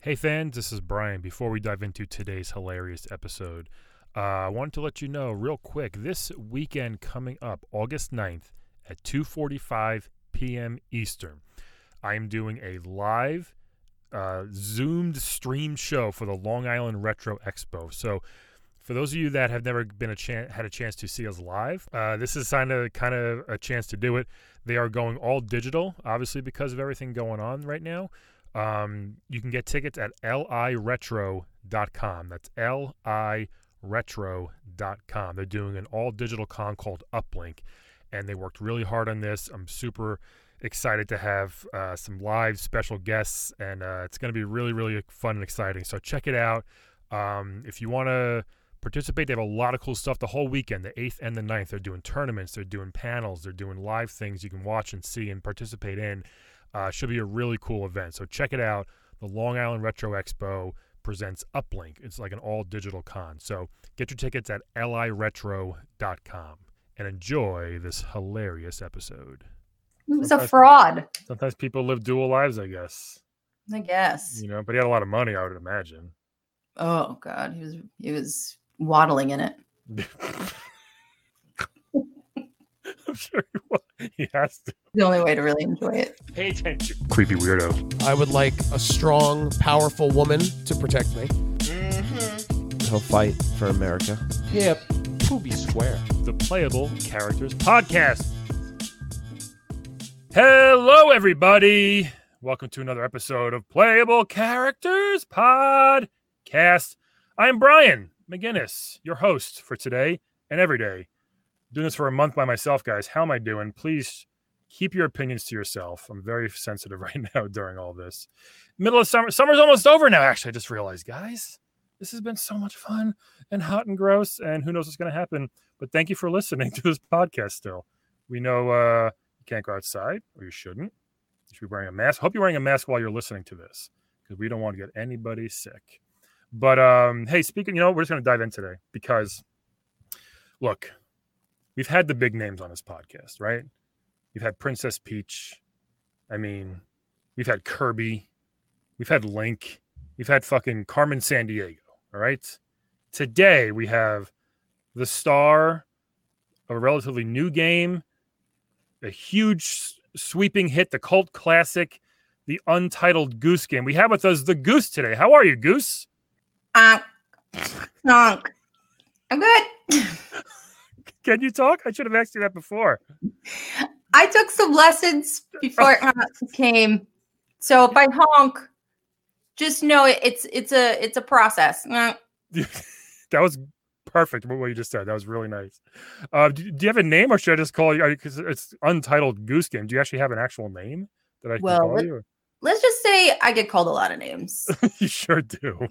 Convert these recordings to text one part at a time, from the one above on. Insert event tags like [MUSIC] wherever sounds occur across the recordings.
Hey fans, this is Brian. Before we dive into today's hilarious episode, uh, I wanted to let you know real quick this weekend coming up, August 9th at 2:45 p.m. Eastern. I am doing a live uh, zoomed stream show for the Long Island Retro Expo. So for those of you that have never been a chan- had a chance to see us live, uh, this is kind of kind of a chance to do it. They are going all digital, obviously because of everything going on right now. Um, you can get tickets at liretro.com. That's liretro.com. They're doing an all digital con called Uplink, and they worked really hard on this. I'm super excited to have uh, some live special guests, and uh, it's going to be really, really fun and exciting. So check it out. Um, if you want to participate, they have a lot of cool stuff the whole weekend, the 8th and the 9th. They're doing tournaments, they're doing panels, they're doing live things you can watch and see and participate in. Uh, should be a really cool event. So check it out. The Long Island Retro Expo presents Uplink. It's like an all digital con. So get your tickets at liretro.com and enjoy this hilarious episode. It was a Sometimes- fraud, Sometimes people live dual lives, I guess. I guess. You know, but he had a lot of money, I would imagine. [LAUGHS] Oh God, he was he was waddling in it. I'm sure he, wa- he has to. The only way to really enjoy it. Pay attention. Creepy weirdo. I would like a strong, powerful woman to protect me. He'll fight for America. Yeah, be square. The Playable Characters Podcast. Hello, everybody. Welcome to another episode of Playable Characters Podcast. I'm Brian McGinnis, your host for today and every day. Doing this for a month by myself, guys. How am I doing? Please keep your opinions to yourself. I'm very sensitive [LAUGHS] right now during all this. Middle of summer. Summer's almost over now, actually. I just realized, guys. This has been so much fun and hot and gross, and who knows what's going to happen. But thank you for listening [LAUGHS] to this podcast still. We know uh, you can't go outside, or you shouldn't. You should be wearing a mask. Hope you're wearing a mask while you're listening to this because we don't want to get anybody sick. But um, hey, speaking, you know, we're just going to dive in today because look, we've had the big names on this podcast, right? You've had Princess Peach. I mean, we've had Kirby. We've had Link. We've had fucking Carmen San Diego. All right. Today we have the star of a relatively new game, a huge s- sweeping hit, the cult classic, the untitled Goose game. We have with us the Goose today. How are you, Goose? [LAUGHS] Honk, honk. I'm good. Can you talk? I should have asked you that before. [LAUGHS] I took some lessons [LAUGHS] before honk came, so if I honk, just know it, it's it's a it's a process. Honk. that was perfect. What what you just said. That was really nice. Uh, do, do you have a name, or should I just call you? Because it's untitled Goose game. Do you actually have an actual name that I can Well, call let- you? [LAUGHS] Let's just say I get called a lot of names, you sure do.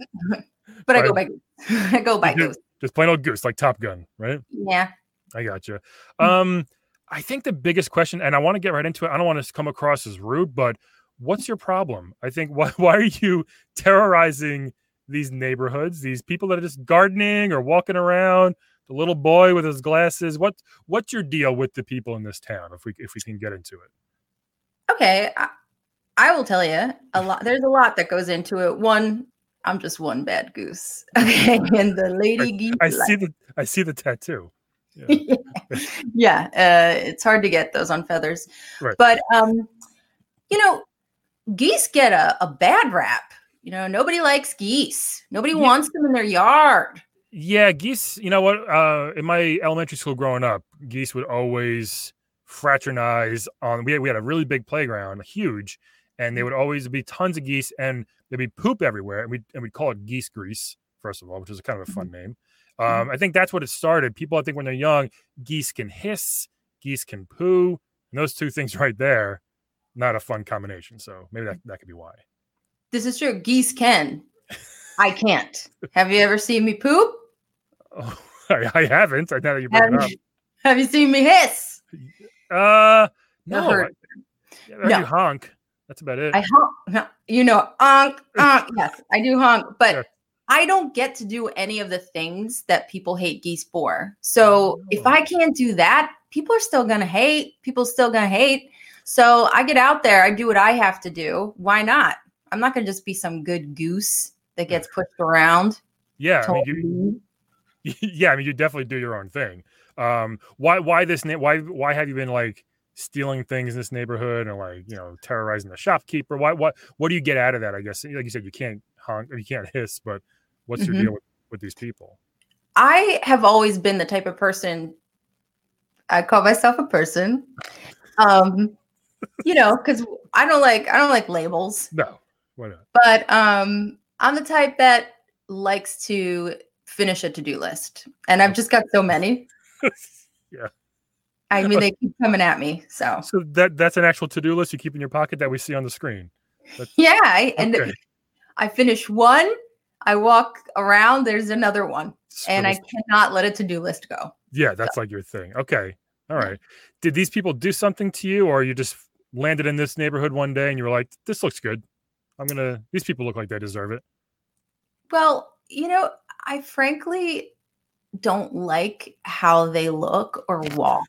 but I go by I go by You do. Goose. [LAUGHS] Just plain old Goose, like Top Gun, right? Yeah. I gotcha. Um, I think the biggest question, and I want to get right into it. I don't want to come across as rude, but what's your problem? I think [LAUGHS] why why are you terrorizing these neighborhoods? These people that are just gardening or walking around. The little boy with his glasses. What what's your deal with the people in this town? If we if we can get into it. Okay, I, I will tell you a lot. There's a lot that goes into it. One, I'm just one bad goose. [LAUGHS] [LAUGHS] Okay, and the lady geese. I see the I see the tattoo. Yeah. yeah, yeah uh, it's hard to get those on feathers. Right. But um, you know, geese get a, a bad rap. You know, nobody likes geese. Nobody Yeah. wants them in their yard. Yeah, geese. You know what? Uh, in my elementary school growing up, geese would always fraternize on. We had, we had a really big playground, huge, and Mm-hmm. they would always be tons of geese, and there'd be poop everywhere, and we would and we'd call it geese grease. First of all, which is kind of Mm-hmm. a fun name. Um, I think that's what it started. People, I think, when they're young, geese can hiss, geese can poo, and those two things [LAUGHS] right there, not a fun combination. So maybe that that could be why. [LAUGHS] This is true. Geese can. I can't. Have you ever seen me poop? Oh, I, I haven't. I now that you bring it Have up. you, have you seen me hiss? Uh, Or no. heard? I- Yeah, I No. do honk. That's about it. I honk. no, You know, honk, [LAUGHS] honk. Yes, I do honk, but Sure. I don't get to do any of the things that people hate geese for. So if Oh. I can't do that, people are still gonna hate. People still gonna hate. So I get out there. I do what I have to do. Why not? I'm not gonna just be some good goose that gets pushed around. Yeah, I mean, told you, me. yeah, I mean, you [LAUGHS] definitely do your own thing. Um, why, why this name? Why, why have you been like stealing things in this neighborhood or like you know terrorizing the shopkeeper? Why, what, what do you get out of that? I guess, like you said, you can't honk or you can't hiss, but what's Mhm. your deal with, with these people? I have always been the type of person I call myself a person. Um, you know, because I don't like I don't like labels. No, why not? [LAUGHS] but um i'm the type that likes to finish a to-do list and i've just got so many Yeah. i mean they keep coming at me so [LAUGHS] So that that's an actual to do list you keep in your pocket that we see on the screen. yeah I, and Okay. i finish one i walk around there's another one and i So- cannot let a to-do list go yeah, that's like your thing. Okay, all right. Did these people do something to you, or you just landed in this neighborhood one day and you were like, "This looks good. I'm gonna. These people look like they deserve it." [LAUGHS] well you know i frankly don't like how they look or walk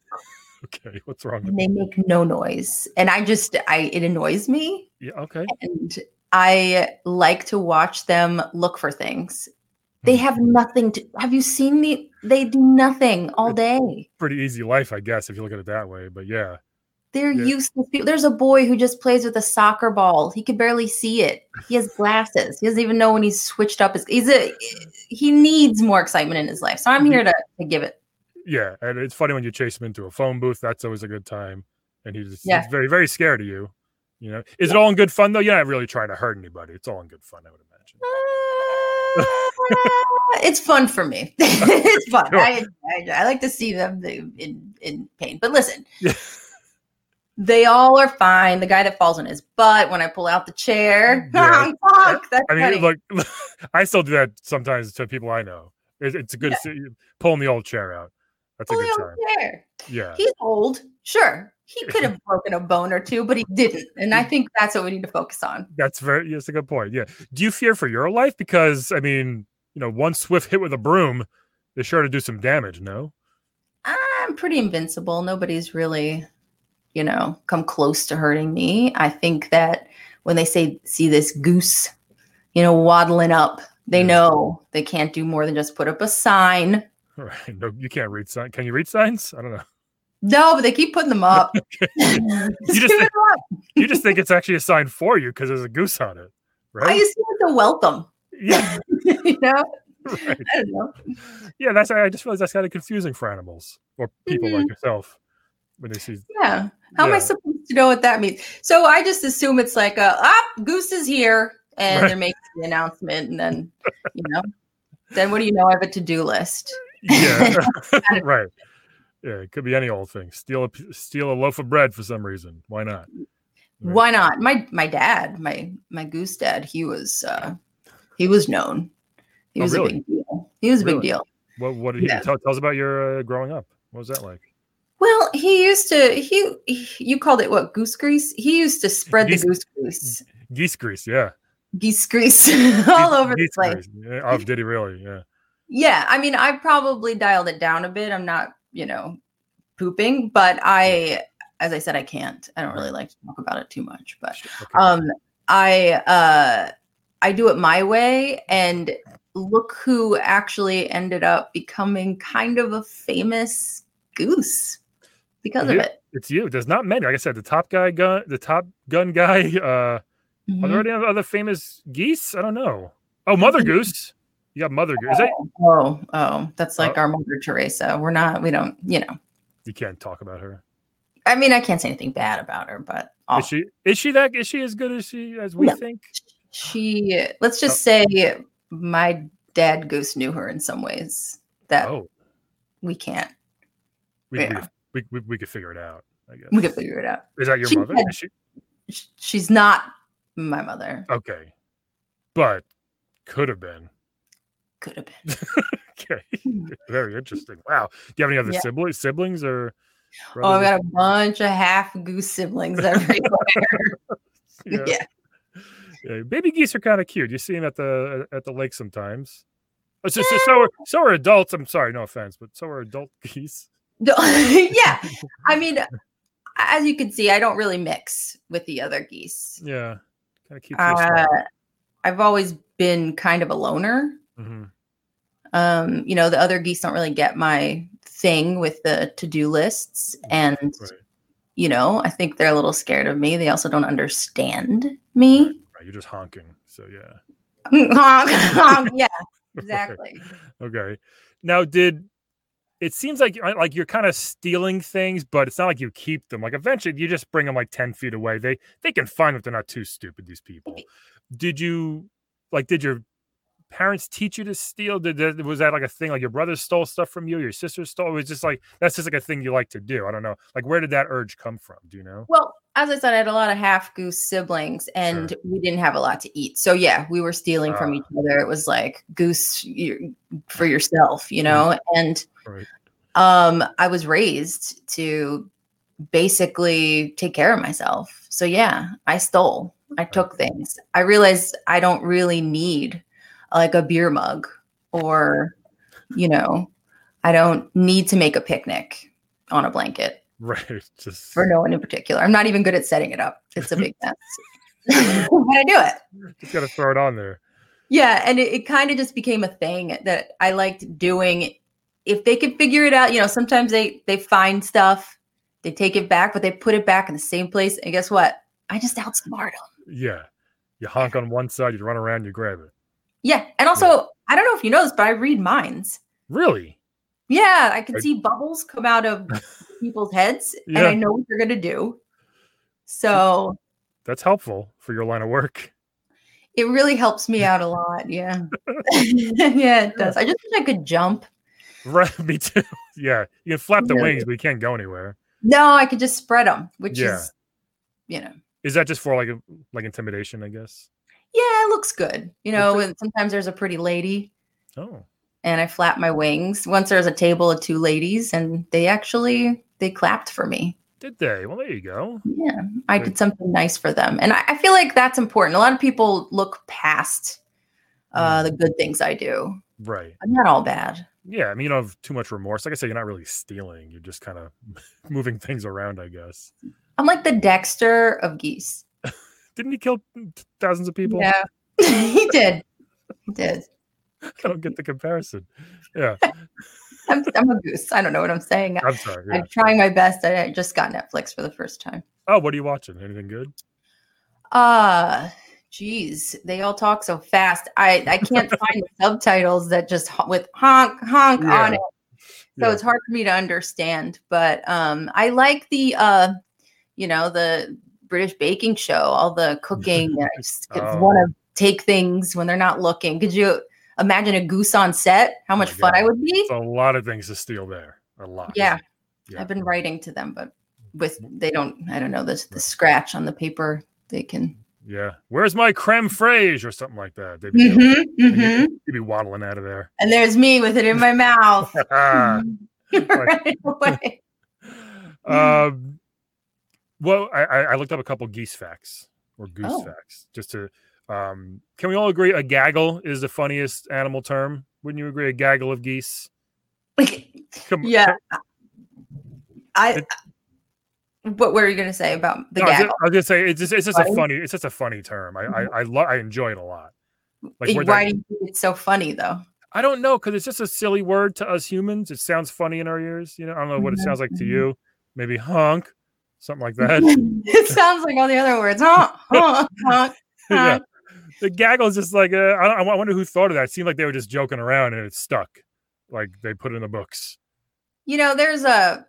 Okay, what's wrong? With and they make no noise and i just i it annoys me yeah, okay. and I like to watch them look for things. They Hmm. have nothing to have you seen me? They do nothing all day. Pretty easy life, I guess, if you look at it that way. But yeah, They're Yeah. useless people. There's a boy who just plays with a soccer ball. He can barely see it. [LAUGHS] He has glasses. He doesn't even know when he's switched up his he's a he needs more excitement in his life. So Mm-hmm. I'm here to, to give it. yeah. And it's funny when you chase them into a phone booth. That's always a good time. And he just Yeah. he's very very scared of you. You know, is it all in good fun though? You're not really trying to hurt anybody. It's all in good fun, I would imagine. Uh, [LAUGHS] it's fun for me. it's fun. Sure. I, I, I like to see them the- in in pain. But listen, Yeah. they all are fine. The guy that falls on his butt when I pull out the chair. Mm, [LAUGHS] Yeah. Fuck, that's I mean, funny. look, [LAUGHS] I still do that sometimes to people I know. It, it's a good se- pulling the old chair out. That's a Pull good out time. the chair. Yeah, He's old, sure. He could [LAUGHS] have broken a bone or two, but he didn't. And Mm. I think that's what we need to focus on. that's very. That's a good point. Yeah. Do you fear for your life? Because I mean, you know, one swift hit with a broom is sure to do some damage. No. I'm pretty invincible. Nobody's really, you know, come close to hurting me. I think that when they say see this goose, you know, waddling up, they Mm. know they can't do more than just put up a sign. All right. [LAUGHS] No, you can't read signs. Can you read signs? I don't know. No, but they keep putting them up. [LAUGHS] Just just keep think- it up. You just think it's actually a sign for you because there's a goose on it, I right? [LAUGHS] used to have to welt them. [LAUGHS] yeah. [LAUGHS] you know, Right. I don't know. Yeah. That's. I just realized that's kind of confusing for animals or people Mm-hmm. like yourself when they see. Yeah. How am I Yeah. supposed to know what that means? So I just assume it's like a ah, goose is here, and Right. they're making the announcement, and then you know, then what do you know? I have a to do list. [LAUGHS] Yeah, [LAUGHS] right. Yeah, it could be any old thing. Steal a p- steal a loaf of bread for some reason. Why not? Right. Why not? My my dad, my my goose dad, he was uh he was known. He Oh, was really? a big deal. He was a big Really? deal. What what did he Yeah. tell, tell us about your uh, growing up? What was that like? Well, he used to he, he you called it what goose grease. He used to spread Geese- the goose grease, Geese grease, yeah, geese grease [LAUGHS] all Geese- over the geese place. grease. Yeah. Oh, did he really? [LAUGHS] Yeah, Yeah, I mean, I probably dialed it down a bit. I'm not, you know, pooping, but I, as I said, I can't. I don't really like to talk about it too much, but Sh- okay. um, I, uh, I do it my way, and look who actually ended up becoming kind of a famous goose because of Yeah. it. it's you. There's not many. Like I said, the top guy gun, the top gun guy. [LAUGHS] Uh, Mm-hmm. Are there any other famous geese? I don't know. Oh, Mother Mhm. Goose. You got Mother Goose. Is that, Oh, oh, that's like Oh. our Mother Teresa. We're not, we don't, you know. you can't talk about her. I mean, I can't say anything bad about her, but oh. Is she is she that is she as good as she as we No. think? she let's just say my dad goose knew her in some ways that Oh, we can't we, we Yeah. could- we, we, we could figure it out. I guess we can figure it out Is that your She mother? had- Is she- Sh- she's not my mother okay, but could have been. [LAUGHS] could have been Okay, Hmm. very interesting. Wow, do you have any other Yeah. siblings? Siblings or? oh i've brothers got a bunch of half goose siblings everywhere or- [LAUGHS] yeah. [LAUGHS] Yeah, Baby geese are kind of cute. You see them at the uh, at the lake sometimes. Oh, so, so, so, are, so are adults. I'm sorry, no offense, but so are adult [LAUGHS] geese. No- [LAUGHS] yeah i mean as you can see i don't really mix with the other geese Yeah, Kind of keep to yourself. Uh, I've always been kind of a loner. Mhm. Um, you know, the other geese don't really get my thing with the to-do lists, and Right. you know, I think they're a little scared of me. They also don't understand me. Right, you're just honking. So yeah. [LAUGHS] Honk, honk. yeah, exactly. Okay. Now, did it seems like I- like you're kind of stealing things, but it's not like you keep them. Like eventually, you just bring them like ten feet away. They they can find them. if They're not too stupid. These people. Did you like? Did your parents teach you to steal? Did that, was that like a thing? Like your brother stole stuff from you? Your sister stole? It was just like that's just like a thing you like to do. I don't know. Like where did that urge come from? Do you know? [LAUGHS] Well, as I said, I had a lot of half goose siblings, and we didn't have a lot to eat. So yeah, we were stealing from Ah. each other. It was like goose y- for yourself, you know. And Right. um, I was raised to basically take care of myself. So yeah, I stole. I took things. I realized I don't really need like a beer mug or, you know, I don't need to make a picnic on a blanket Right. Just for no one in particular. I'm not even good at setting it up. It's a big mess. [LAUGHS] but I do it. just gotta throw it on there. Yeah. And it, it kind of just became a thing that I liked doing. If they could figure it out, you know, sometimes they they find stuff, they take it back, but they put it back in the same place. And guess what? I just outsmart them. Yeah. You honk on one side. You run around. You grab it. Yeah. And also, I don't know if you know this, but I read minds. Really? Yeah, I can Right. see bubbles come out [LAUGHS] of people's heads, and Yeah. I know what they're gonna do. So That's helpful for your line of work. [LAUGHS] it really helps me out a lot. Yeah. [LAUGHS] yeah, it does. I just wish I could jump. Right, me too. Yeah, you can flap the Yeah. wings, but you can't go anywhere. No, I could just spread them, which Yeah. is, you know, Is that just for like a- like intimidation? I guess. yeah, it looks good. You know, does. and sometimes there's a pretty lady Oh, and I flap my wings. Once there's a table of two ladies and they actually they clapped for me. did they? Well, there you go. Yeah, I Good. did something nice for them. And I, I feel like that's important. A lot of people look past uh, Mm. the good things I do. Right. I'm not all bad. Yeah. I mean, you don't have too much remorse. Like I said, you're not really stealing. You're just kind of [LAUGHS] moving things around, I guess. I'm like the Dexter of geese. Didn't he kill thousands of people? Yeah, [LAUGHS] he did. He did. [LAUGHS] I don't get the comparison. Yeah. I'm, I'm a goose. I don't know what I'm saying. I'm sorry. Yeah. I'm trying my best. I I just got Netflix for the first time. Oh, what are you watching? Anything good? [LAUGHS] Uh geez, they all talk so fast. I [LAUGHS] I can't find the subtitles that just ho- with honk honk Yeah. on it. So Yeah. it's hard for me to understand. But um, I like the uh, you know, the British baking show, all the [LAUGHS] cooking. and I just Oh. want to take things when they're not looking. Could you imagine a goose on set? How much Oh my fun I God. would be? It's a lot of things to steal there. A lot. Yeah. Yeah. Mm-hmm. I've been writing to them, but with they don't. I don't know this the Right. scratch on the paper. They can. Yeah. Where's my creme fraiche or something like that? They'd [LAUGHS] be, Mhm, mhm. you'd be waddling out of there. [LAUGHS] And there's me with it in my mouth. Ah. Mm-hmm. [LAUGHS] right away. [LAUGHS] Mm. um, well, I, I I looked up a couple geese facts or goose Oh. facts just to. Um, can we all agree a gaggle is the funniest animal term? Wouldn't you agree? A gaggle of geese. Like, Come, yeah. I. What were you gonna say about the no, I was ju- gaggle? I was gonna say it's just it's just a Funny? Mm-hmm. funny it's just a funny term. I I I, lo- I enjoy it a lot. Like Eh, where Why that, do you think it's so funny though? I don't know because it's just a silly word to us humans. It sounds funny in our ears. You know, I don't know what it sounds like to Mhm. you. Maybe honk, something like that. [LAUGHS] it sounds like all the other words. Honk, honk, honk, [LAUGHS] yeah. honk. The gaggle is just like uh, I, don't- I wonder who thought of that. It seemed like they were just joking around and it stuck. Like they put it in the books. You know, there's a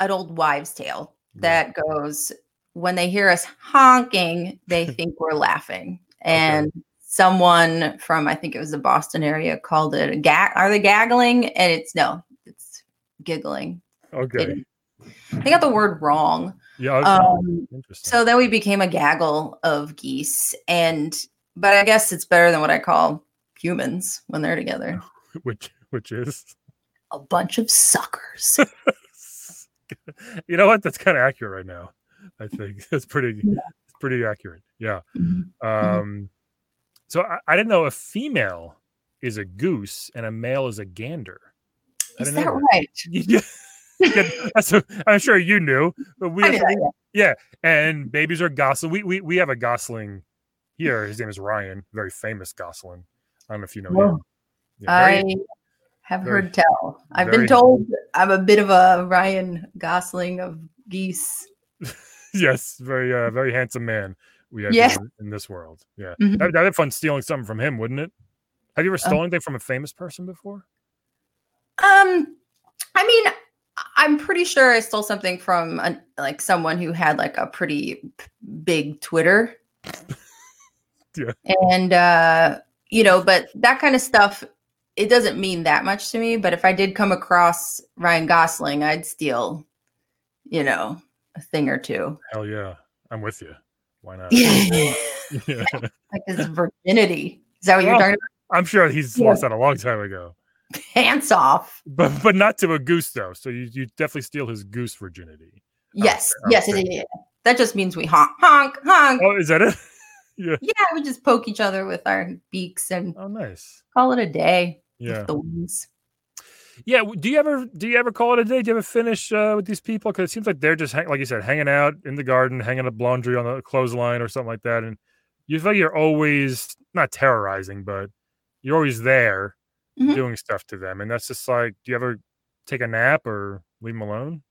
an old wives' tale that goes when they hear us honking, [LAUGHS] they think we're laughing. And someone from I think it was the Boston area called it a gag. Are they gaggling? And it's no, it's giggling. They Okay. didn't- They got the word wrong. Yeah. okay. Um, Interesting. so then we became a gaggle of geese, and but I guess it's better than what I call humans when they're [SIGHS] together. [LAUGHS] which which is [LAUGHS] A bunch of suckers. you know what? That's kind of accurate right now. I think [LAUGHS] that's pretty Yeah. it's pretty accurate. Yeah. Mhm. Um so I, I didn't know a female is a goose and a male is a gander. I Is didn't that know right? [LAUGHS] Yeah, yeah, that's what- I'm sure you knew, but we I knew that, and babies are gosling. We we we have a gosling here. His name is Ryan, very famous Gosling. I don't know if you know Whoa. him. Yeah, very- I have very- heard tell. I've been very- told I'm a bit of a Ryan Gosling of geese. [LAUGHS] yes, very uh, very handsome man we have Yeah. here in this world. Yeah. Mhm. That'd, that'd be fun stealing something from him, wouldn't it? Have you ever stolen anything from a famous person before? Um, I mean, I'm pretty sure I stole something from an, like someone who had like a pretty p- big Twitter. [LAUGHS] Yeah. And uh, you know, but that kind of stuff it doesn't mean that much to me. But if I did come across Ryan Gosling, I'd steal, you know, a thing or two. Hell yeah. I'm with you. Why not? [LAUGHS] Yeah. [LAUGHS] Yeah. like his virginity. Is that what you're Well, talking I'm sure he's Yeah. lost that a long time ago. about? Pants off. But but not to a goose though. So you, you definitely steal his goose virginity. would Yes. say- I would Yes. say- yeah, yeah, yeah. That just means we honk, honk, honk. Oh, is that it? yeah. Yeah, we just poke each other with our beaks and Oh nice. call it a day. with Yeah. The wings. Yeah. w- Do you ever do you ever call it a day? Do you ever finish uh, with these people? Because it seems like they're just hang, like you said, hanging out in the garden, hanging up laundry on the clothesline or something like that. And you feel like you're always not terrorizing, but you're always there Mhm. doing stuff to them. And that's just like, do you ever take a nap or leave them alone?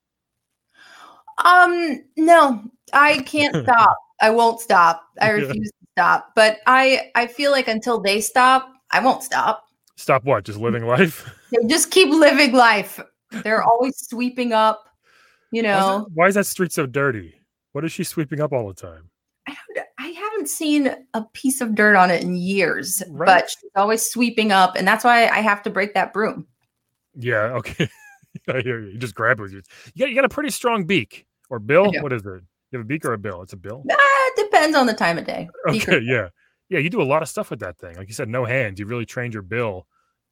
Um, no, I [LAUGHS] can't stop. I won't stop. I Yeah. refuse to stop. But I I feel like until they stop, I won't stop. Stop what? Just living life. They just keep living life. They're always sweeping up, you Why is know. that- Why is that street so dirty? What is she sweeping up all the time? I don't I haven't seen a piece of dirt on it in years, Right. but she's always sweeping up, and that's why I have to break that broom. Yeah. [LAUGHS] Okay. I hear you. You just grab it with you. You got, you got a pretty strong beak or bill. do. What is it? You have a beak or a bill? It's a bill. Ah, it depends on the time of day. Beak or [LAUGHS] Okay. Yeah. Yeah. You do a lot of stuff with that thing. Like you said, no hands. You really trained your bill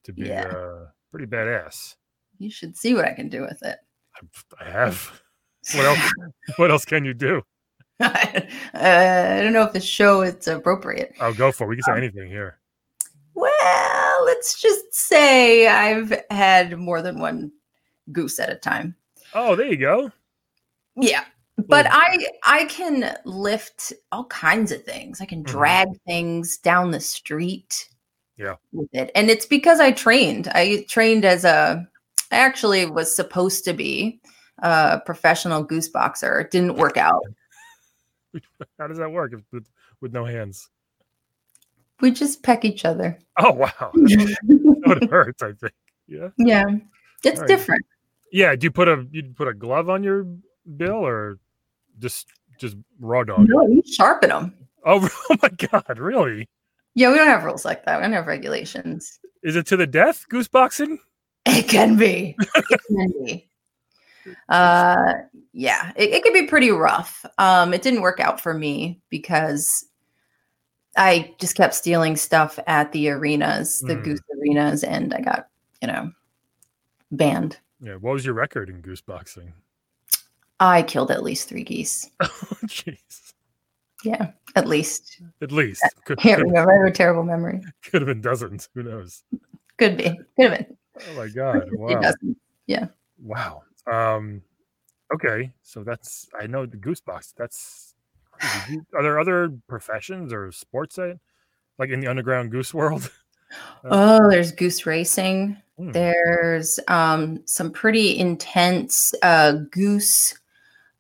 to be Yeah. uh, pretty badass. You should see what I can do with it. I, I have. [LAUGHS] What else? what else can you do? uh, [LAUGHS] I don't know if the show is appropriate. I'll Oh, go for it. We can say Um anything here. Well, let's just say I've had more than one goose at a time. Oh, there you go. Yeah. But Little- I I can lift all kinds of things. I can Mhm. drag things down the street. Yeah. With it. And it's because I trained. I trained as a I actually was supposed to be a professional goose boxer. It didn't work out. How does that work if, with, with no hands? We just peck each other. Oh [LAUGHS] wow, [LAUGHS] that would hurt. I think. Yeah. yeah. It's Alright. different. Yeah, do you put a you put a glove on your bill or just just raw dog? No, you sharpen them. Oh, [LAUGHS] oh my god, really? Yeah, we don't have rules like that. We don't have regulations. Is it to the death goose boxing? It [LAUGHS] can be. It can be. Uh, yeah, it, it can be pretty rough. Um, it didn't work out for me because I just kept stealing stuff at the arenas, the Mm. goose arenas, and I got, you know, banned. Yeah, what was your record in goose boxing? [LAUGHS] I killed at least three geese. Jeez. Yeah, [LAUGHS] at least. At least could, Can't could, remember. I have a terrible memory. could have been dozens. Who knows? Could be. Could have been. Oh my god. It Wow. doesn't. Wow. Um okay, so that's I know the goose box. That's crazy. Do- are there other professions or sports that like in the underground goose world? [LAUGHS] Oh, there's goose racing. Hmm. There's um, some pretty intense uh, goose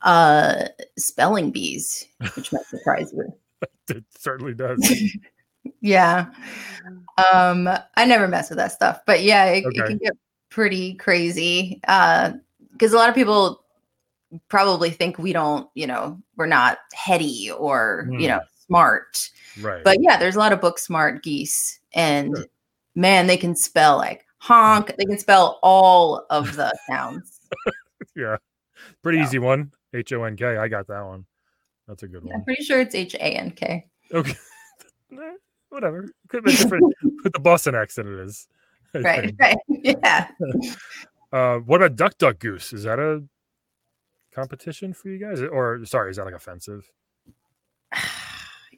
uh, spelling bees, which might surprise you. It certainly does. Yeah. Um, I never mess with that stuff, but yeah, it, it Okay. can get pretty crazy. Because a lot of people probably think we don't, you know, we're not heady or, you know, smart. Hmm. Right. But yeah, there's a lot of book smart geese, and Sure. man, they can spell like honk. They can spell all of the sounds. Yeah. Pretty Yeah. easy one. H O N K. I got that one. That's a good I'm one. pretty sure it's H A N K. Okay. Eh, Whatever. Could be different with the Boston accent it is. [LAUGHS] I Right, think. right. [LAUGHS] Yeah. [SIGHS] Uh, what about Duck Duck Goose? Is that a competition for you guys? Or sorry, is that like offensive?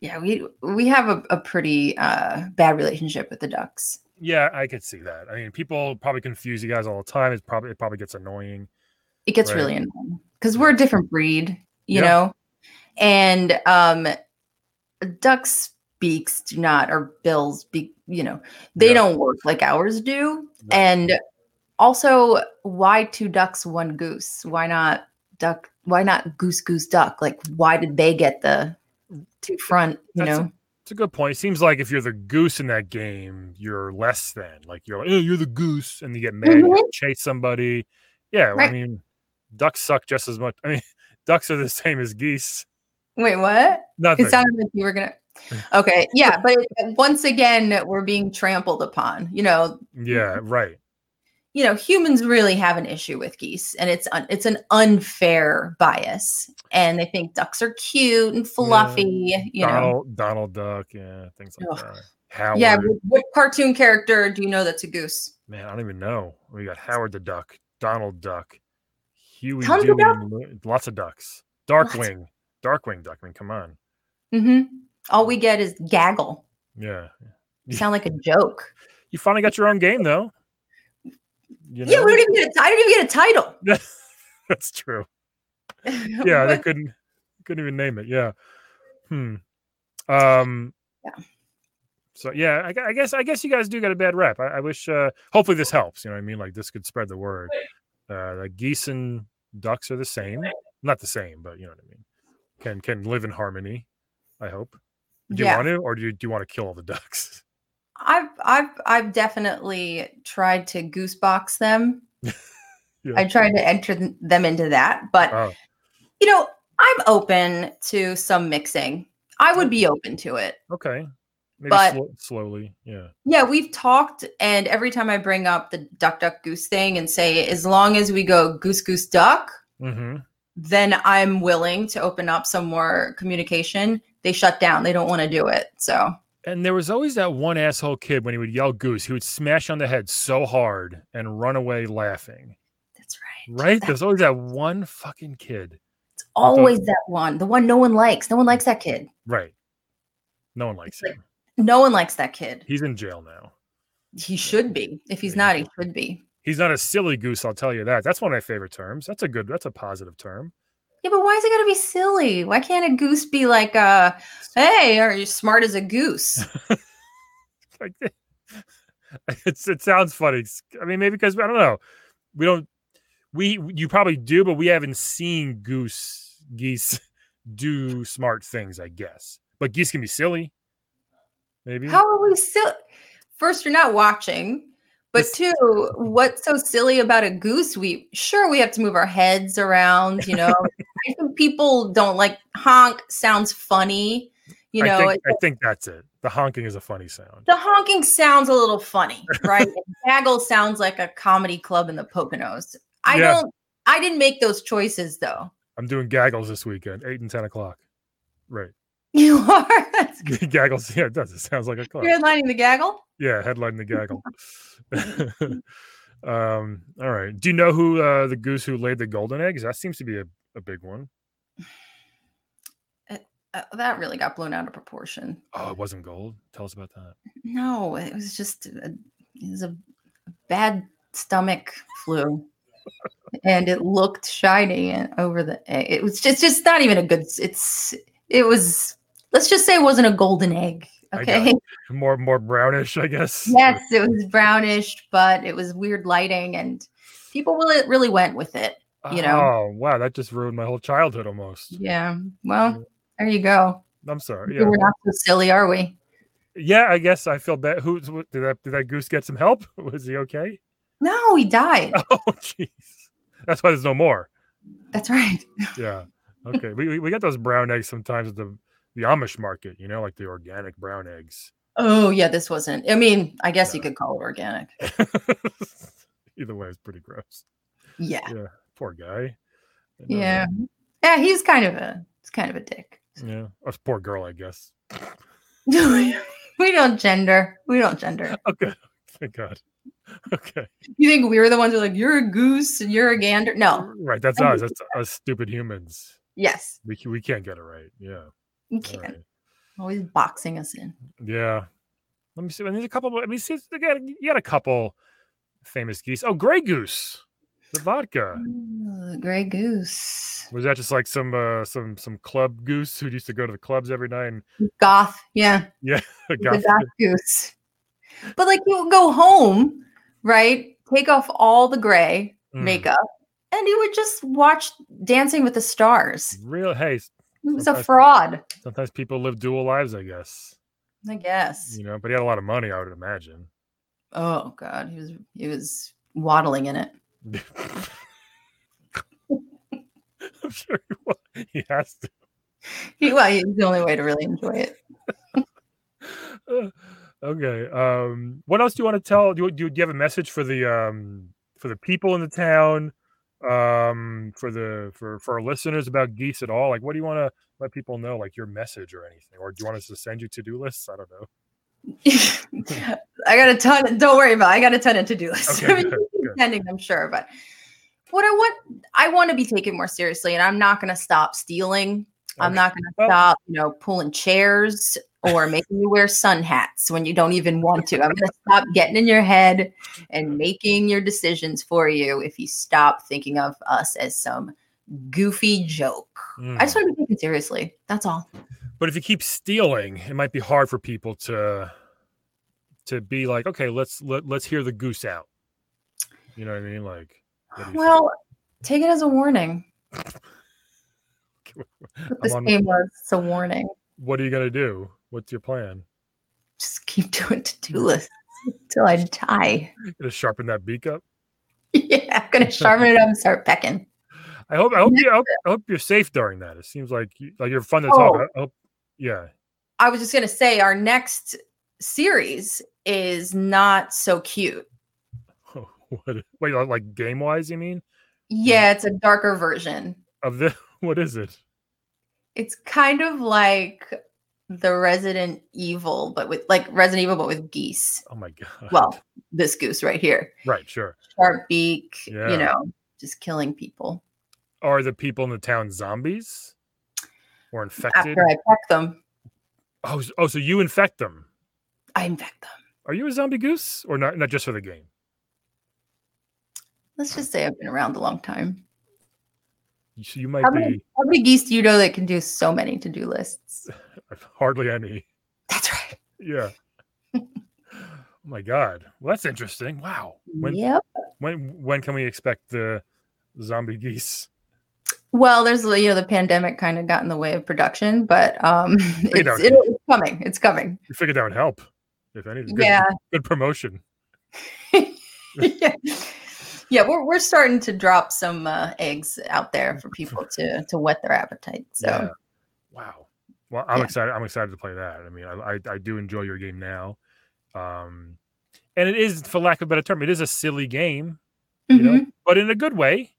Yeah, we we have a, a pretty uh, bad relationship with the ducks. Yeah, I could see that. I mean, people probably confuse you guys all the time. It's probably it probably gets annoying. It gets Right. really annoying because we're a different breed, Yeah. you know, and um, ducks beaks do not or bills be you know they Yeah. don't work like ours do Right. and also why two ducks one goose why not duck why not goose goose duck like why did they get the two front you That's- know It's a good point. It seems like if you're the goose in that game, you're less than. Like you're like, oh, you're the goose, and you get mad, you Mhm. chase somebody. Yeah, well, I Right. mean, ducks suck just as much. I mean, [LAUGHS] ducks are the same as geese. wait what Nothing. it sounded like you were gonna okay yeah but once again we're being trampled upon you know yeah, right. you know humans really have an issue with geese and it's un- it's an unfair bias and they think ducks are cute and fluffy you know Donald, Donald Duck. Yeah, things like Ugh. that. Howard. yeah what, what cartoon character do you know that's a goose Man, I don't even know. We got Howard the Duck, Donald Duck, Huey, Tons Dewey, of duck- Lou- lots of ducks. Lots. Darkwing, Darkwing Duck. I mean, come on. hmm all we get is [LAUGHS] gaggle Yeah. you sound like a joke You finally got your own game, though. You yeah know? [LAUGHS] we don't even get a, i didn't even get a title That's true. [LAUGHS] Yeah, they couldn't couldn't even name it. Yeah. Hmm. Um. Yeah. So yeah, I, gu- I guess I guess you guys do get a bad rep. I, I wish. Uh, hopefully, this helps. You know, what I mean, like this could spread the word. Uh, like geese and ducks are the same, not the same, but you know what I mean. Can can live in harmony. I hope. Do you Yeah. want to, or do you do you want to kill all the ducks? [LAUGHS] I've I've I've definitely tried to goosebox them. [LAUGHS] Yeah. I tried to enter th- them into that, but Oh. you know, I'm open to some mixing. I would be open to it. Okay. Maybe But- slo- slowly. Yeah. Yeah, we've talked, and every time I bring up the duck duck goose thing and say, as long as we go goose goose duck, Mm-hmm. then I'm willing to open up some more communication. They shut down. They don't want to do it. So And there was always that one asshole kid when he would yell goose, he would smash on the head so hard and run away laughing. that's right. Right? There's always that one fucking kid. Always that one, the one no one likes. No one likes that kid. Right. No one likes him. No one likes that kid. He's in jail now. He should be. If he's Yeah. not, he should be. He's not a silly goose, I'll tell you that. That's one of my favorite terms. That's a good that's a positive term. Yeah, but why is it gotta be silly? Why can't a goose be like, uh, hey, are you smart as [LAUGHS] a goose? Like it's it sounds funny. It's- I mean, maybe because I don't know. We don't we you probably do, but we haven't seen goose geese [LAUGHS] do smart things, I guess. But geese can be silly. Maybe. How are we silly? First, you're not watching. But This- two, what's so silly about a goose? We sure we have to move our heads around, [LAUGHS] you know. I think people don't like honk sounds funny, you know. I think, it- I think that's it. The honking is a funny sound. the honking sounds a little [LAUGHS] funny, right? And Gaggle sounds like a comedy club in the Poconos. I Yeah. don't. I didn't make those choices though. [LAUGHS] I'm doing gaggles this weekend, eight and ten o'clock. Right, [LAUGHS] You are. That's good. gaggles. Yeah, it does. It sounds like a club. You're headlining the gaggle. Yeah, headline the gaggle. [LAUGHS] um, all right. Do you know who uh, the goose who laid the golden eggs? That seems to be a, a big one. Uh, that really got blown out of proportion. Oh, it wasn't gold. Tell us about that. No, it was just a, it was a bad stomach flu, and it looked shiny and over the. egg. It was just, it's just not even a good. s- It's it was. Let's just say it wasn't a golden egg. I got Okay. it. More more brownish, I guess. Yes, it was brownish, but it was weird lighting, and people really really went with it. you know. Oh wow, that just ruined my whole childhood almost. Yeah. Well, there you go. I'm sorry. We're Yeah. not so silly, are we? Yeah, I guess I feel bad. Who did that did that goose get some help? [LAUGHS] Was he okay? No, he died. Oh, jeez. That's why there's no more. [LAUGHS] That's right. Yeah. Okay. we, we we get those brown eggs sometimes at the the Amish market. You know, like the organic brown eggs. Oh yeah, this wasn't. I mean, I guess you Yeah. could call it organic. [LAUGHS] Either way, it's pretty gross. Yeah. Yeah. Poor guy. I know Yeah. Yeah, he's kind of a he's kind of a [LAUGHS] dick. that. Yeah. Or poor girl, I guess. we don't gender. We don't gender. Okay. [LAUGHS] Thank God. Okay. You think we were the ones who are like, you're a goose and you're a gander? No. Right. That's us. [LAUGHS] That's us stupid humans. Yes. We c- we can't get it right. Yeah. You All can't. right. Always boxing us in. Yeah. Let me see. I need a couple. more- Let me see. if They got, you got a couple famous geese. Oh, gray goose. The Mm. vodka. Ooh, Grey Goose. Was that just like some uh, some some club goose who used to go to the clubs every night and [LAUGHS] Goth. Yeah. got The goth goose. But like you would go home, right? Take off all the gray Mm. makeup and you would just watch Dancing with the Stars. [LAUGHS] real? Hey, s- He was Okay. a fraud, sometimes people live dual lives, I guess. I guess. You know, but he had a lot of money, I would imagine. [LAUGHS] Oh God, he was he was waddling in it. I'm sure he, wa- he has to. He, well, it's the only way to really enjoy it. Uh, okay. Um, what else do you want to tell? Do you, do you do you have a message for the um for the people in the town, um for the for for our listeners about geese at all? Like, what do you want to let people know? Like your message or anything, or do you want us to send you to do lists? I don't know. [LAUGHS] I got a ton. Don't worry about. It. I got a ton of to do lists. Okay, [LAUGHS] I mean, good, you keep good. sending, I'm sure, but what I want, I want to be taken more seriously, and I'm not going to stop stealing. I'm Okay. not going to Well- stop, you know, pulling chairs or making you wear sun hats when you don't even want to. I'm going to stop getting in your head and making your decisions for you if you stop thinking of us as some goofy joke. I Hmm. just want to be taken seriously. That's all. but if you keep stealing it might be hard for people to to be like okay let's let, let's hear the goose out you know what i mean like what do you Well, take it as a warning. think? What this I'm on- game was, it's a warning. what are you going to do what's your plan Just keep [LAUGHS] doing to-do lists until I die. [LAUGHS] you gonna sharpen that beak up Yeah, I'm gonna sharpen it up and start pecking. i hope i hope you I hope, I hope you're safe during that it seems like you, like you're fun to talk Oh. about. I hope, yeah [LAUGHS] I was just gonna say our next series is not so cute. what, wait like game wise you mean Yeah, it's a darker version. of the [LAUGHS] what is it It's kind of like the Resident Evil, but with like Resident Evil, but with geese. oh my god Well, this goose right here, right sure sharp beak. Yeah. You know, just killing people are the people in the town zombies or infected after I peck them. oh, s- oh so you infect them I infect them. Are you a zombie goose or not? Not just for the game. Let's just say I've been around a long time. You- So you might How be many, how many geese do you know that can do so many to do lists? [LAUGHS] hardly any. That's right. Yeah. [LAUGHS] oh my god. Well, that's interesting. Wow. When yep. when when can we expect the zombie geese? Well, there's you know the pandemic kind of got in the way of production, but um, don't it's, it'll, it's coming. It's coming. You figured that would help, if anything. Good, Yeah, Good promotion. [LAUGHS] yeah, [LAUGHS] yeah. We're we're starting to drop some uh, eggs out there for people to to whet their appetite. So Yeah. Wow. Well, I'm Yeah. excited. I'm excited to play that. I mean, I, I I do enjoy your game now, um, and it is, for lack of a better term, it is a silly game, you know, Mhm. but in a good way.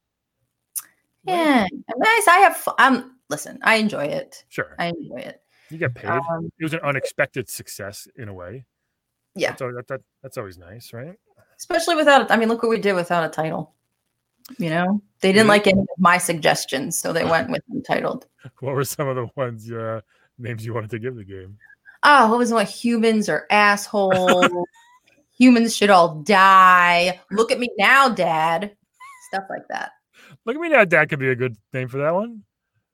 right? yeah, I'm nice. I have. fu- Um, listen, I enjoy it. Sure. I enjoy it. You get paid. Um, it was an unexpected success in a way. Yeah. that's, al- that, that- that's always nice, right? [LAUGHS] especially without. I mean, look what we did without a title. You know, they didn't Mhm. like any of my suggestions, so they went with untitled. What were some of the ones uh, names you wanted to give the game? oh, what was what humans are [LAUGHS] assholes. humans should all die. Look at me now, dad. Stuff like that. Look at me now, Dad could be a good name for that one,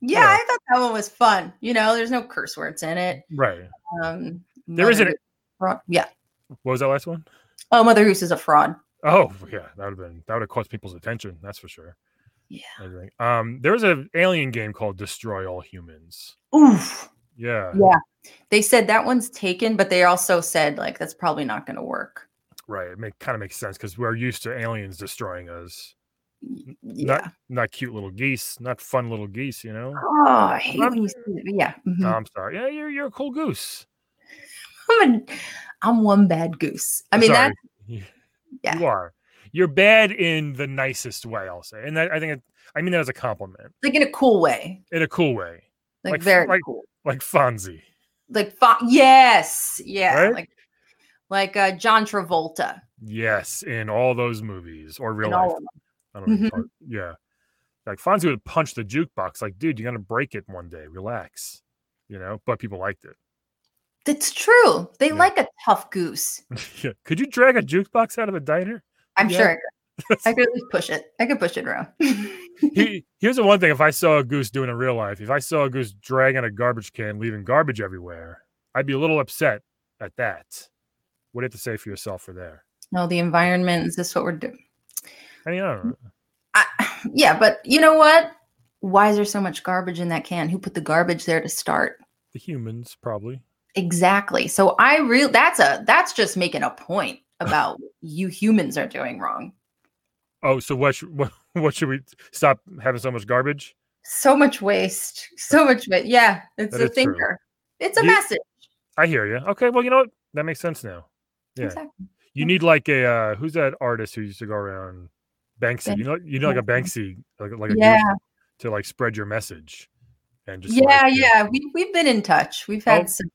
Yeah, Yeah. I thought that one was fun. You know, there's no curse words in it. right? Um, There Mother isn't a- Goose- fraud- Yeah. What was that last one? Oh, Mother Goose is a fraud. Oh yeah, that would have been that would have caught people's attention. That's for sure. Yeah. I think. Um, there was an alien game called Destroy All Humans. Oof. Yeah, Yeah. They said that one's taken, but they also said like that's probably not going to work. right. It make, kind of makes sense because we're used to aliens destroying us. Y- No. Yeah. Not cute little geese, not fun little geese, you know. Oh, I hate Not- when you say that. but Yeah. mhm. No, I'm sorry. Yeah, you're you're a cool goose. I'm, a, I'm one bad goose. I I'm mean, sorry. [LAUGHS] that You are. You're bad in the nicest way, I'll say. And that, I think it, I mean that as a compliment like in a cool way, in a cool way, like, Like f- very like- cool. like Fonzie. like fa- yes yeah Right? like like uh john travolta Yes, in all those movies or real in life. all of them. Mm-hmm. I don't know. Yeah. Like Fonzie would punch the jukebox, like, dude, you're going to break it one day. Relax. You know, but people liked it. [LAUGHS] that's true they Yeah. like a tough goose Yeah. Could you drag a jukebox out of a diner? i'm Yeah. sure [LAUGHS] I could at least push it. I could push it around. [LAUGHS] He, here's the one thing: if I saw a goose doing in real life, if I saw a goose dragging a garbage can, leaving garbage everywhere, I'd be a little upset at that. What do you have to say for yourself for there? no, Oh, the environment is just what we're doing. I mean, I don't know. I, yeah, but you know what? Why is there so much garbage in that can? Who put the garbage there to start? The humans probably. Exactly. So I real that's a that's just making a point about what you humans are doing wrong. Oh, so what? Should, [LAUGHS] what, what should we stop having so much garbage? So much waste. [LAUGHS] So much waste. Yeah, it's That a is true. thinker. It's a You- message. I hear you. Okay, well, you know what? That makes sense now. Yeah. Exactly. You need like a uh, who's that artist who used to go around Banksy? You know, you know, like a Banksy, like, like a goose Yeah. to like spread your message, and just Yeah, like, yeah. We we've been in touch. We've Oh. had some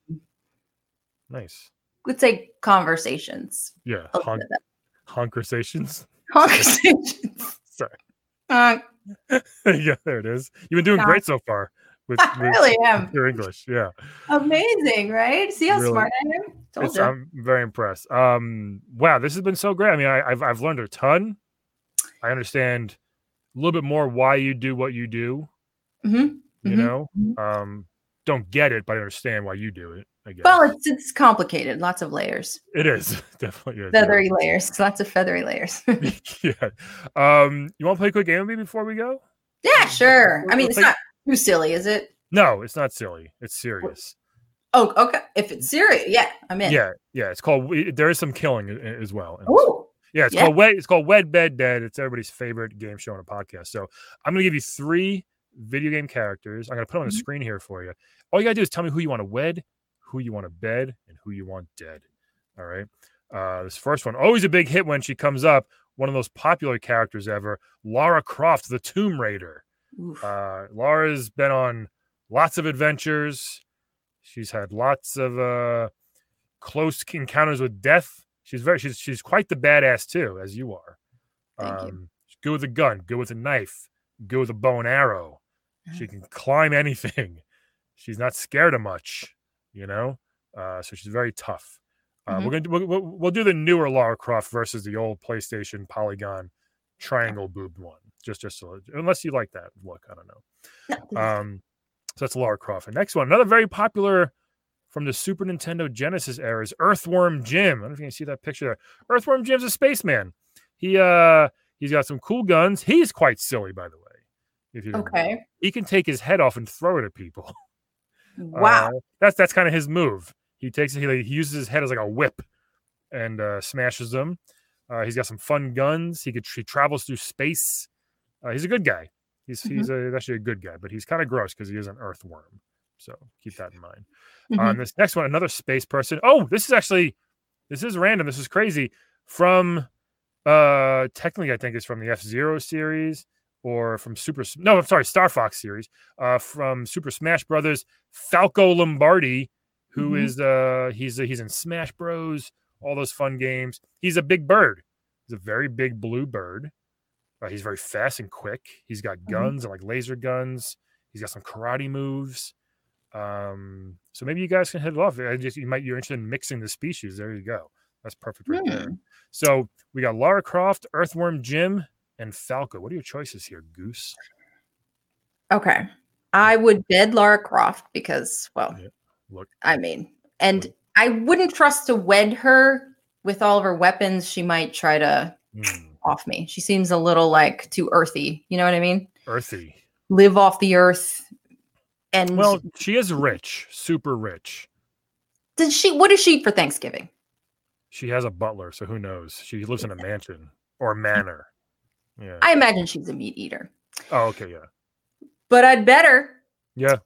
nice, let's say conversations. yeah, A little honk, bit of that. honkersations. Conversations. [LAUGHS] Sorry, Uh, [LAUGHS] [LAUGHS] yeah, there it is. You've been doing Yeah. great so far [LAUGHS] with, I with really am. your English. Yeah, Amazing, right? See how Really. smart I am? Told it's, ya. I'm very impressed. Um, wow, this has been so great. I mean, I, I've I've learned a ton. I understand a little bit more why you do what you do. Mhm, You mhm. know, mhm. um, don't get it, but I understand why you do it. I guess Well, it's it's complicated. Lots of layers, it is [LAUGHS] definitely is, yeah. feathery layers, [LAUGHS] lots of feathery layers. [LAUGHS] [LAUGHS] yeah. Um, you want to play a quick game with me before we go? yeah, sure. I mean, it's Like- not too silly, is it? No, it's not silly. It's serious. Oh, okay. If it's serious, yeah, I'm in. Yeah, yeah. It's called. we- There is some killing a- a- as well. in this. Ooh. Yeah, it's yeah. called Wed. It's called Wed Bed Dead. It's everybody's favorite game show on a podcast. So I'm gonna give you three video game characters. I'm gonna put them on the Mhm. screen here for you. All you gotta do is tell me who you want to wed, who you want to bed, and who you want dead. All right. Uh, this first one, always a big hit when she comes up. One of those popular characters ever, Lara Croft, the Tomb Raider. Oof. Uh, Laura's been on lots of adventures. She's had lots of uh, close encounters with death. She's very she's she's quite the badass too, as you are. Thank you. she's Good with a gun, good with a knife, good with a bow and arrow. Uh-huh. She can climb anything. [LAUGHS] She's not scared of much, you know. Uh, so she's very tough. Uh, Mm-hmm. We're gonna do, we'll, we'll, we'll do the newer Lara Croft versus the old PlayStation Polygon triangle boobed one. Just just so, unless you like that look, I don't know. No, this is- Um, so that's Lara Croft. And next one, another very popular from the Super Nintendo Genesis era is Earthworm Jim. I don't know if you can see that picture there. Earthworm Jim's a spaceman. He uh he's got some cool guns. He's quite silly, by the way. If you didn't know. okay. he can take his head off and throw it at people. Wow. Uh, that's that's kind of his move. He takes it, he, like, he uses his head as like a whip and uh, smashes them. Uh, he's got some fun guns. He could he travels through space. Uh, he's a good guy. He's Mhm. he's, a, he's actually a good guy, but he's kind of gross because he is an earthworm. So keep that in mind. Mhm. On this next one, another space person. Oh, this is actually this is random. This is crazy. From uh technically, I think it's from the F Zero series or from Super. S- No, I'm sorry, Star Fox series. Uh, from Super Smash Brothers, Falco Lombardi, who Mhm. is uh he's he's in Smash Bros. All those fun games. He's a big bird. He's a very big blue bird. Uh, he's very fast and quick. He's got Mm-hmm. guns and like laser guns. He's got some karate moves. Um, so maybe you guys can hit it off. I just you might you're interested in mixing the species. There you go. That's perfect right there. So we got Lara Croft, Earthworm Jim, and Falco. What are your choices here, Goose? Okay. I would bed Lara Croft because, well, Yeah, look. I mean, and Mm. I wouldn't trust to wed her with all of her weapons. She might try to Hmm, off me. She seems a little like too earthy. You know what I mean? earthy. Live off the earth. And Well, she is rich, super rich. did she? What does she eat for Thanksgiving? She has a butler, so who knows? She lives in a mansion or manor. Yeah. I imagine she's a meat eater, Oh, okay, yeah. but I'd better. Yeah.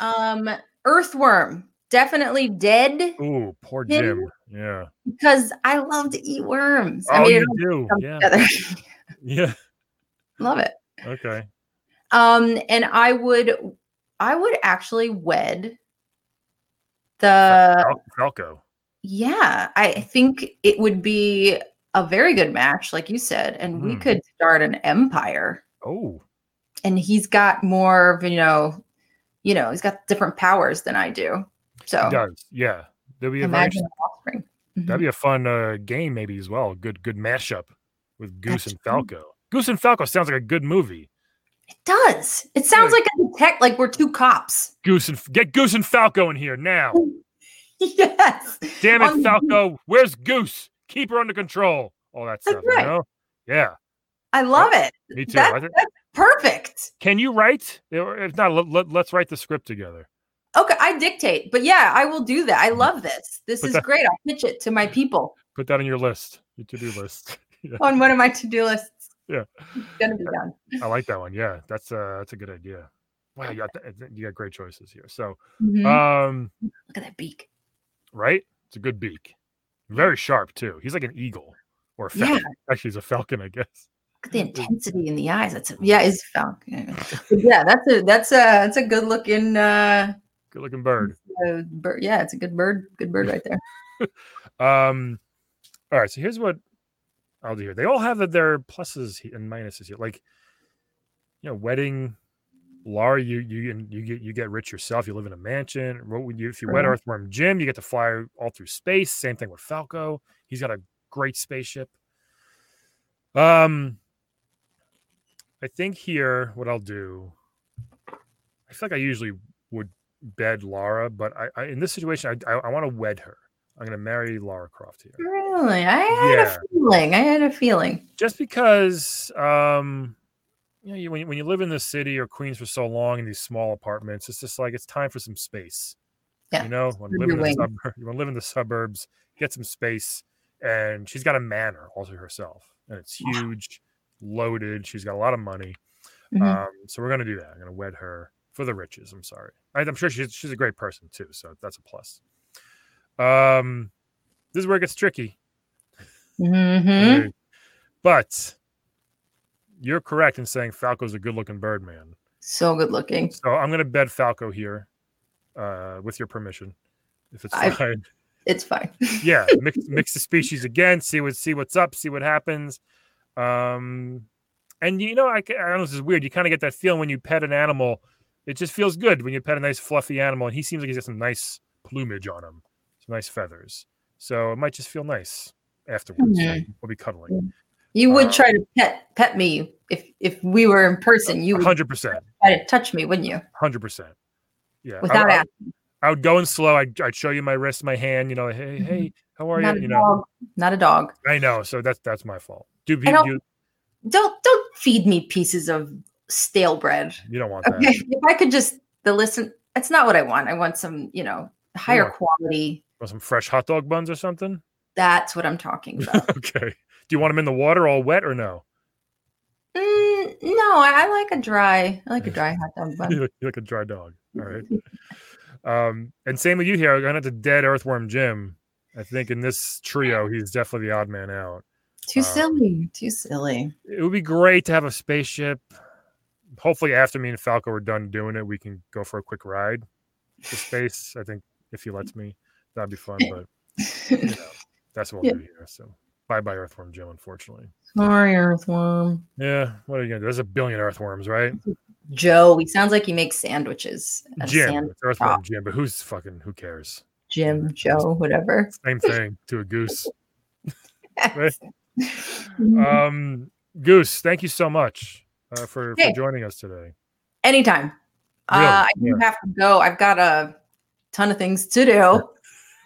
Um, earthworm definitely dead Ooh, poor Him? Jim. Yeah. because I love to eat worms. I oh, mean, it you all do. comes Yeah. together. [LAUGHS] Yeah. love it. Okay. Um, and I would, I would actually wed the. Uh, Fal- Falco. Yeah, I think it would be a very good match, like you said, and we Mhm. could start an empire. Oh, And he's got more of you know, you know, he's got different powers than I do. he So does. Yeah. That'd be a very imagine an offspring. Mhm. That'd be a fun uh, game, maybe as well. Good, good mashup. with Goose and Gotcha. Falco. Goose and Falco sounds like a good movie. It does. It sounds like a detect like we're two cops. [LAUGHS] Goose and get Goose and Falco in here now. yes. Damn On it, the Falco. Where's Goose? Keep her under control. All that That's stuff. right. You know? Yeah, I love it. me too. That- I thi- that's perfect. can you write? Or If not, let, us write the script together. Okay, I dictate, but yeah, I will do that. I love this. This Mm-hmm. But is that- great. I'll pitch it [LAUGHS] to my people Put that on your list, your to do list. on one of my to-do lists. Yeah. It's gonna be done. I like that one. Yeah, that's uh, that's a good idea. Wow, you got, th- you got great choices here. So, Mhm. um, Look at that beak. right? It's a good beak. Very sharp too. He's like an eagle or a Yeah. falcon. Actually, he's a falcon, I guess. Look at the intensity in the eyes. That's a, yeah, is [LAUGHS] falcon. But yeah, that's a that's a that's a good looking uh, Good looking bird. uh bird. Yeah, it's a good bird. Good bird right there. Um, all right. So here's what I'll do here. They all have the- their pluses he- and minuses here. Like, you know, wedding. Laura, you you and you get you get rich yourself. You live in a mansion. What would you if you wed Right. Earthworm Jim? You get to fly all through space. Same thing with Falco. He's got a great spaceship. Um, I think here what I'll do. I feel like I usually would bed Lara, but I, I in this situation I I, I want to wed her. I'm gonna marry Lara Croft here Really, I had Yeah. a feeling. I had a feeling. just because um you know you, when, you- when you live in the city or queens for so long in these small apartments it's just like it's time for some space Yeah, you know when under living in the wing. suburb, [LAUGHS] you want to live in the suburbs get some space and she's got a manor all to herself and it's Yeah. huge loaded she's got a lot of money Mhm. um so we're gonna do that i'm gonna wed her for the riches i'm sorry I, i'm sure she's, she's a great person too so that's a plus um this is where it gets tricky Mhm. Agreed. But you're correct in saying Falco's a good looking bird, man. So good looking. So I'm going to bed Falco here uh, with your permission. If it's I- [LAUGHS] fine. It's fine. yeah, mix, mix the species again, see what see what's up, see what happens. Um, and you know, I, ca- I don't know, this is weird. You kind of get that feeling when you pet an animal. It just feels good when you pet a nice fluffy animal, and he seems like he's got some nice plumage on him, some nice feathers. So it might just feel nice afterwards. Mhm. Like, we'll be cuddling. You Uh, would try to pet pet me if if we were in person. [LAUGHS] You would Hundred percent. try to touch me, wouldn't you? hundred percent. Yeah, I- Without I, asking. I would go in slow. I'd, I'd show you my wrist, my hand. You know, hey, Mhm. hey, how are Not you? a You know, dog. Not a dog. I know. So that's that's my fault. Do you, I don't- you Don't don't feed me pieces of stale bread. you don't want Okay. that? If I could just the listen, that's not what I want. I want some, you know, higher Yeah. quality. Want some fresh hot dog buns or something? [LAUGHS] That's what I'm talking about. Okay. Do you want them in the water all wet or no? [LAUGHS] Mm, no, I, I like a dry. I like a dry hot dog You bun. look, you look like a dry dog. [LAUGHS] All right. Mm-hmm. Um, and same with you here. I'm gonna have to dead earthworm Jim. I think in this trio, he's definitely the odd man out. Too Uh, silly. Too silly. [LAUGHS] it would be great to have a spaceship. Hopefully, after me and Falco are done doing it, we can go for a quick ride to space. I think if he lets me, that'd be fun. But you know, that's what we'll do here. So bye bye, Earthworm Jim. Unfortunately, Sorry, earthworm. yeah. What are you gonna do? There's a billion earthworms, right? Joe. He sounds like he makes sandwiches. at a Jim, sand- it's Earthworm shop. Jim. But who's fucking? Who cares? Jim. Joe. Whatever. Same thing to a goose. [LAUGHS] Right. Mhm. Um, goose, thank you so much uh, for, for Hey. joining us today. Anytime. Uh, I do yeah. have to go. I've got a ton of things to do.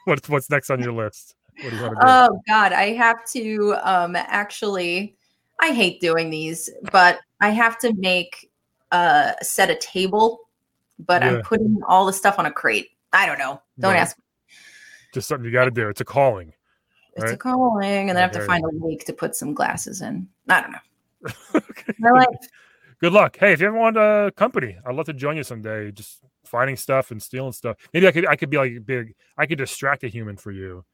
What's what's next on your list? What do you want to do? Oh God, I have to um actually I hate doing these, but I have to make uh set a table, but Yeah. I'm putting all the stuff on a crate. I don't know. Don't Right. ask me. Just something you got to do. It's a calling. [LAUGHS] It's a Right. calling, and then I have Okay. to find a lake to put some glasses in. I don't know. Okay. My life Good luck. Hey, if you ever want a company, I'd love to join you someday. Just finding stuff and stealing stuff. Maybe I could I could be like big. I could distract a human for you,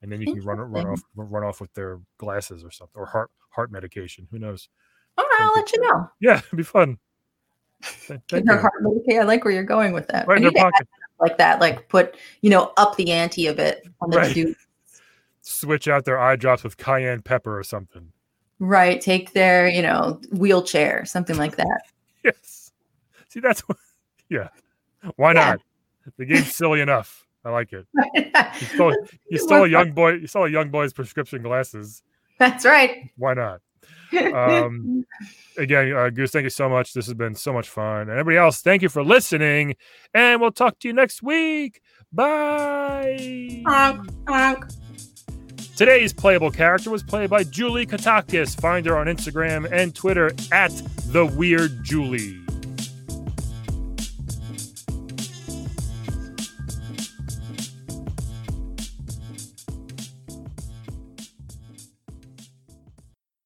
and then you can run run off run off with their glasses or something or heart heart medication. Who knows? all right, "Oh, I'll let you know. Yeah, it'd be fun. [LAUGHS] Th- Thank Your you. heart- okay, I like where you're going with that. Right I in their need to add pocket. like that, like put, you know, up the ante a bit on the Right. to-do Switch out their eye drops with cayenne pepper or something. [LAUGHS] Right. Take their, you know, wheelchair, something like that. Yes. See, that's what, yeah. Why Yeah. not? The game's silly enough. I like [LAUGHS] it. You stole, you It stole a worked out. young boy. You stole a young boy's prescription glasses. [LAUGHS] That's right. Why not? Um, again, uh, Goose, thank you so much. This has been so much fun. And everybody else, thank you for listening. And we'll talk to you next week. Bye. Honk, honk. Today's playable character was played by Julie Katakis. Find her on Instagram and Twitter at the Weird Julie.